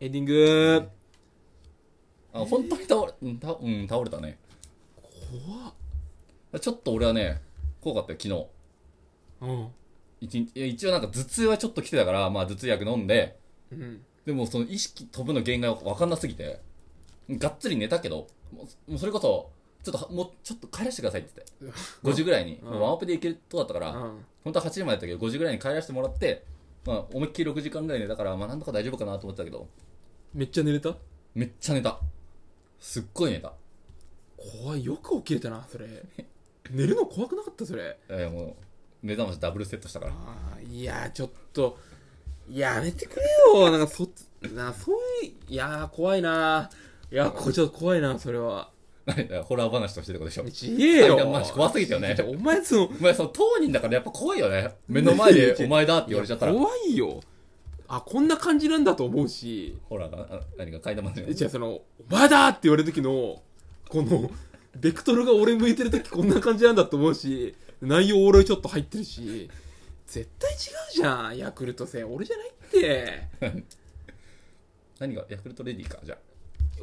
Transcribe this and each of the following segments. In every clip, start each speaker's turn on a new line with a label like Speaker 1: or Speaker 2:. Speaker 1: エンディング
Speaker 2: あ本当に倒れ、うん、たうん、倒れたね。怖っ。ちょっと俺はね、怖かったよ、昨日。
Speaker 1: うん
Speaker 2: 一日いや一応なんか頭痛はちょっと来てたから、まあ頭痛薬飲んで、
Speaker 1: うん
Speaker 2: でもその意識飛ぶの限界が分かんなすぎて、がっつり寝たけど、もうもうそれこそ、ちょっとは、もうちょっと帰らせてくださいって言って。5時ぐらいに、
Speaker 1: うん
Speaker 2: もうワンオペで行けるとこだったから、
Speaker 1: うん
Speaker 2: 本当は8時までだったけど、5時ぐらいに帰らせてもらって、まあ思いっきり6時間ぐらい寝たから、まあなんとか大丈夫かなと思ってたけど、
Speaker 1: めっちゃ寝れた
Speaker 2: めっちゃ寝た。すっごい寝た。
Speaker 1: 怖いよく起きれたなそれ 寝るの怖くなかったそれ
Speaker 2: いやいやもう、目覚ましダブルセットしたから。
Speaker 1: あーいやーちょっとやめてくれよなんかそなそういういやー怖いないやーこちょっと怖いなそれは
Speaker 2: 何だよホラー話としてることでしょ。
Speaker 1: ちげえよ
Speaker 2: いやまあ怖すぎたよね
Speaker 1: ちょお前そ の
Speaker 2: お前、その当人だからやっぱ怖いよね。目の前でお前だって言われちゃったら。
Speaker 1: 怖いよあこんな感じなんだと思うし
Speaker 2: ホラーが、あ何か書いたもんね。
Speaker 1: じゃあその「お前だ!」って言われる時のこのベクトルが俺向いてる時こんな感じなんだと思うし内容俺ちょっと入ってるし絶対違うじゃんヤクルト戦俺じゃないって
Speaker 2: 何がヤクルトレディかじゃあ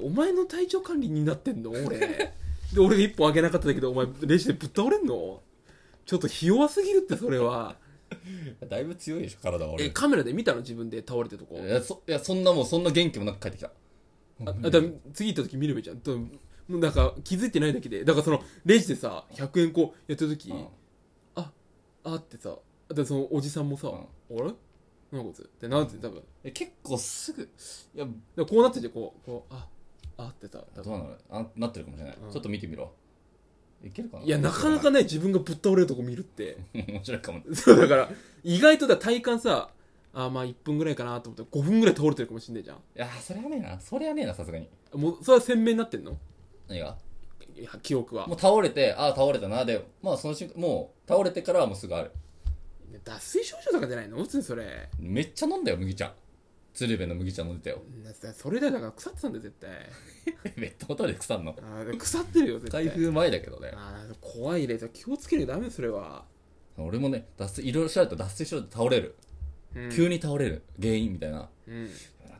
Speaker 1: お前の体調管理になってんの俺で俺が一本あげなかったけどお前レジでぶっ倒れんのちょっとひ弱すぎるってそれは
Speaker 2: だいぶ強いでしょ体は俺
Speaker 1: えカメラで見たの自分で倒れてるとこ
Speaker 2: いやそいやそんなもうそんな元気もなく帰ってきた
Speaker 1: ああだ次行った時見るべきじゃんともうなんか気づいてないだけでだからそのレジでさ100円こうやってる時、
Speaker 2: うん
Speaker 1: ああってさでそのおじさんもさ、
Speaker 2: うん
Speaker 1: あれなんかこいつってなって多分だか
Speaker 2: え結構すぐいや
Speaker 1: らこうなっててこうこうああってさ多
Speaker 2: どう
Speaker 1: 分
Speaker 2: なのあなってるかもしれない、
Speaker 1: うん
Speaker 2: ちょっと見てみろいけるかない
Speaker 1: いやなかなかね自分がぶっ倒れるとこ見るって
Speaker 2: 面白いかも
Speaker 1: そうだから意外とだ体感さあまあ1分ぐらいかなと思って5分ぐらい倒れてるかもしんないじゃん
Speaker 2: いやそれはねえなそれはねえなさすがに
Speaker 1: もうそれは鮮明になってんの
Speaker 2: 何が
Speaker 1: いや記憶は
Speaker 2: もう倒れてああ倒れたなでまあその瞬間もう倒れてからはもうすぐある
Speaker 1: 脱水症状とかじゃないの普通にそれ
Speaker 2: めっちゃ飲んだよ麦茶鶴瓶の麦茶飲んでたよ
Speaker 1: なそれだよだから腐ってたんだよ絶対
Speaker 2: ベッドボトルで腐んの
Speaker 1: あー腐ってるよ絶対
Speaker 2: 開封前だけどね
Speaker 1: あー怖いね気をつけなきゃダメそれは、
Speaker 2: 俺もね脱水いろいろ調べたら脱水症状で倒れる、
Speaker 1: うん
Speaker 2: 急に倒れる原因みたいな
Speaker 1: うん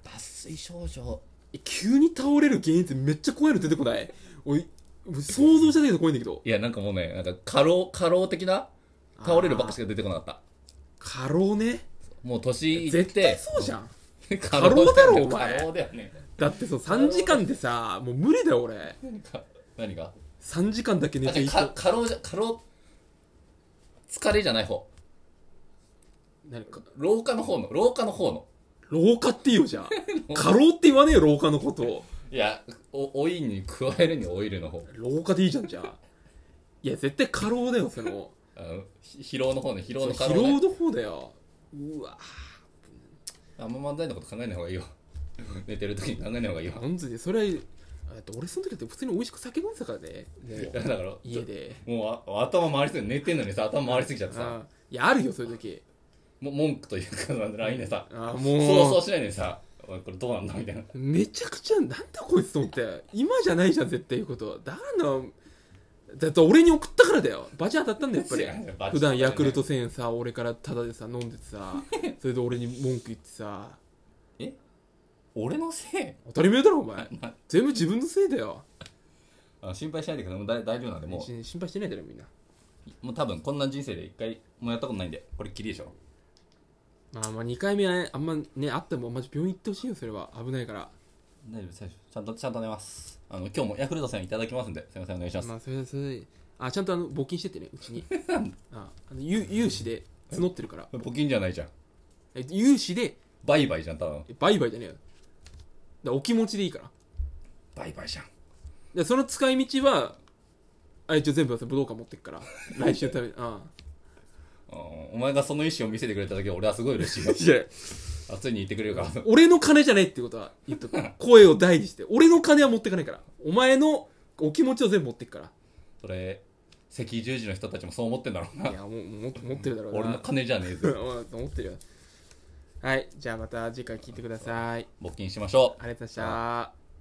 Speaker 2: 脱水症状
Speaker 1: え急に倒れる原因ってめっちゃ怖いの出てこないおい想像しただけで怖いんだけど
Speaker 2: いやなんかもうねなんか過労過労的な倒れるばっかしか出てこなかった
Speaker 1: 過労ね
Speaker 2: もう年いって
Speaker 1: 絶対そうじゃん
Speaker 2: 過
Speaker 1: 過労だろお前
Speaker 2: 過労だよね
Speaker 1: だってそう3時間でさもう無理だよ俺
Speaker 2: 何か何が
Speaker 1: 3時間だけ寝
Speaker 2: なん
Speaker 1: ていい
Speaker 2: かか
Speaker 1: と
Speaker 2: 過労じゃ過労疲れじゃない方
Speaker 1: 何か
Speaker 2: 老化の方の老化の方の
Speaker 1: 老化って言うよじゃん過労って言わねえよ老化のこと
Speaker 2: いやお老いに加えるに老いるの方
Speaker 1: 老化でいいじゃんじゃあいや絶対過労だよその
Speaker 2: あのひ疲労の方ね疲労の過
Speaker 1: 疲
Speaker 2: 労、ね
Speaker 1: 労、の方だようわ
Speaker 2: あんま漫才のこと考えない方がいいよ 寝てる時に考えない方がいいよ
Speaker 1: 本当にそれはあだって俺その時だって普通に美味しく酒飲んでたからねも
Speaker 2: だ
Speaker 1: う
Speaker 2: から
Speaker 1: 家で
Speaker 2: もうあ頭回りすぎて寝てんのにさ頭回りすぎちゃってさ
Speaker 1: あいやあるよそういう時
Speaker 2: も文句というか LINE でさ
Speaker 1: あ
Speaker 2: 想
Speaker 1: も
Speaker 2: 像しないでさおいこれどうなんだみたいな
Speaker 1: うめちゃくちゃなんだこいつと思って今じゃないじゃん絶対いうことだからだって俺に送ったからだよバチ当たったんだよやっぱり
Speaker 2: 違うよバチ当たったね
Speaker 1: 普段ヤクルト1000円さ俺からタダでさ飲んでてさそれで俺に文句言ってさ
Speaker 2: 俺のせい
Speaker 1: 当たり前だろお前全部自分のせいだよ
Speaker 2: あ心配しないでくださいもう大大丈夫なんでも
Speaker 1: 心配してないだろみんな
Speaker 2: うもう多分こんな人生で一回もやったことないんでこれっきりでしょ
Speaker 1: まあまあ2回目はねあんまねあってもマジ病院行ってほしいよそれは危ないから
Speaker 2: 大丈夫最初ちゃんとちゃんと寝ますあの今日もヤクルトさんいただきますんですいませんお願いします、
Speaker 1: まあそれそれあちゃんとあの募金してってねうち にああのゆ融資で募ってるから
Speaker 2: 募金じゃないじゃん
Speaker 1: え融資で
Speaker 2: 売買じゃんただの
Speaker 1: え売買じゃねえよだからお気持ちでいいから
Speaker 2: 売買じゃん
Speaker 1: でその使い道はあ一応全部武道館持ってくから来週のために あ
Speaker 2: うんお前がその意思を見せてくれただけで俺はすごい嬉しいよ
Speaker 1: いや
Speaker 2: あついに言ってくれるから
Speaker 1: 俺の金じゃないってことは言っとく 声を大にして俺の金は持ってかないからお前のお気持ちを全部持ってくか
Speaker 2: それ赤十字の人たちもそう思ってんだろう
Speaker 1: ら
Speaker 2: ない
Speaker 1: やもうもう持ってるだろうな
Speaker 2: 俺の金じゃねえぞ
Speaker 1: うん思ってるよはいじゃあまた次回聞いてください
Speaker 2: 募金しましょう
Speaker 1: ありがとうございました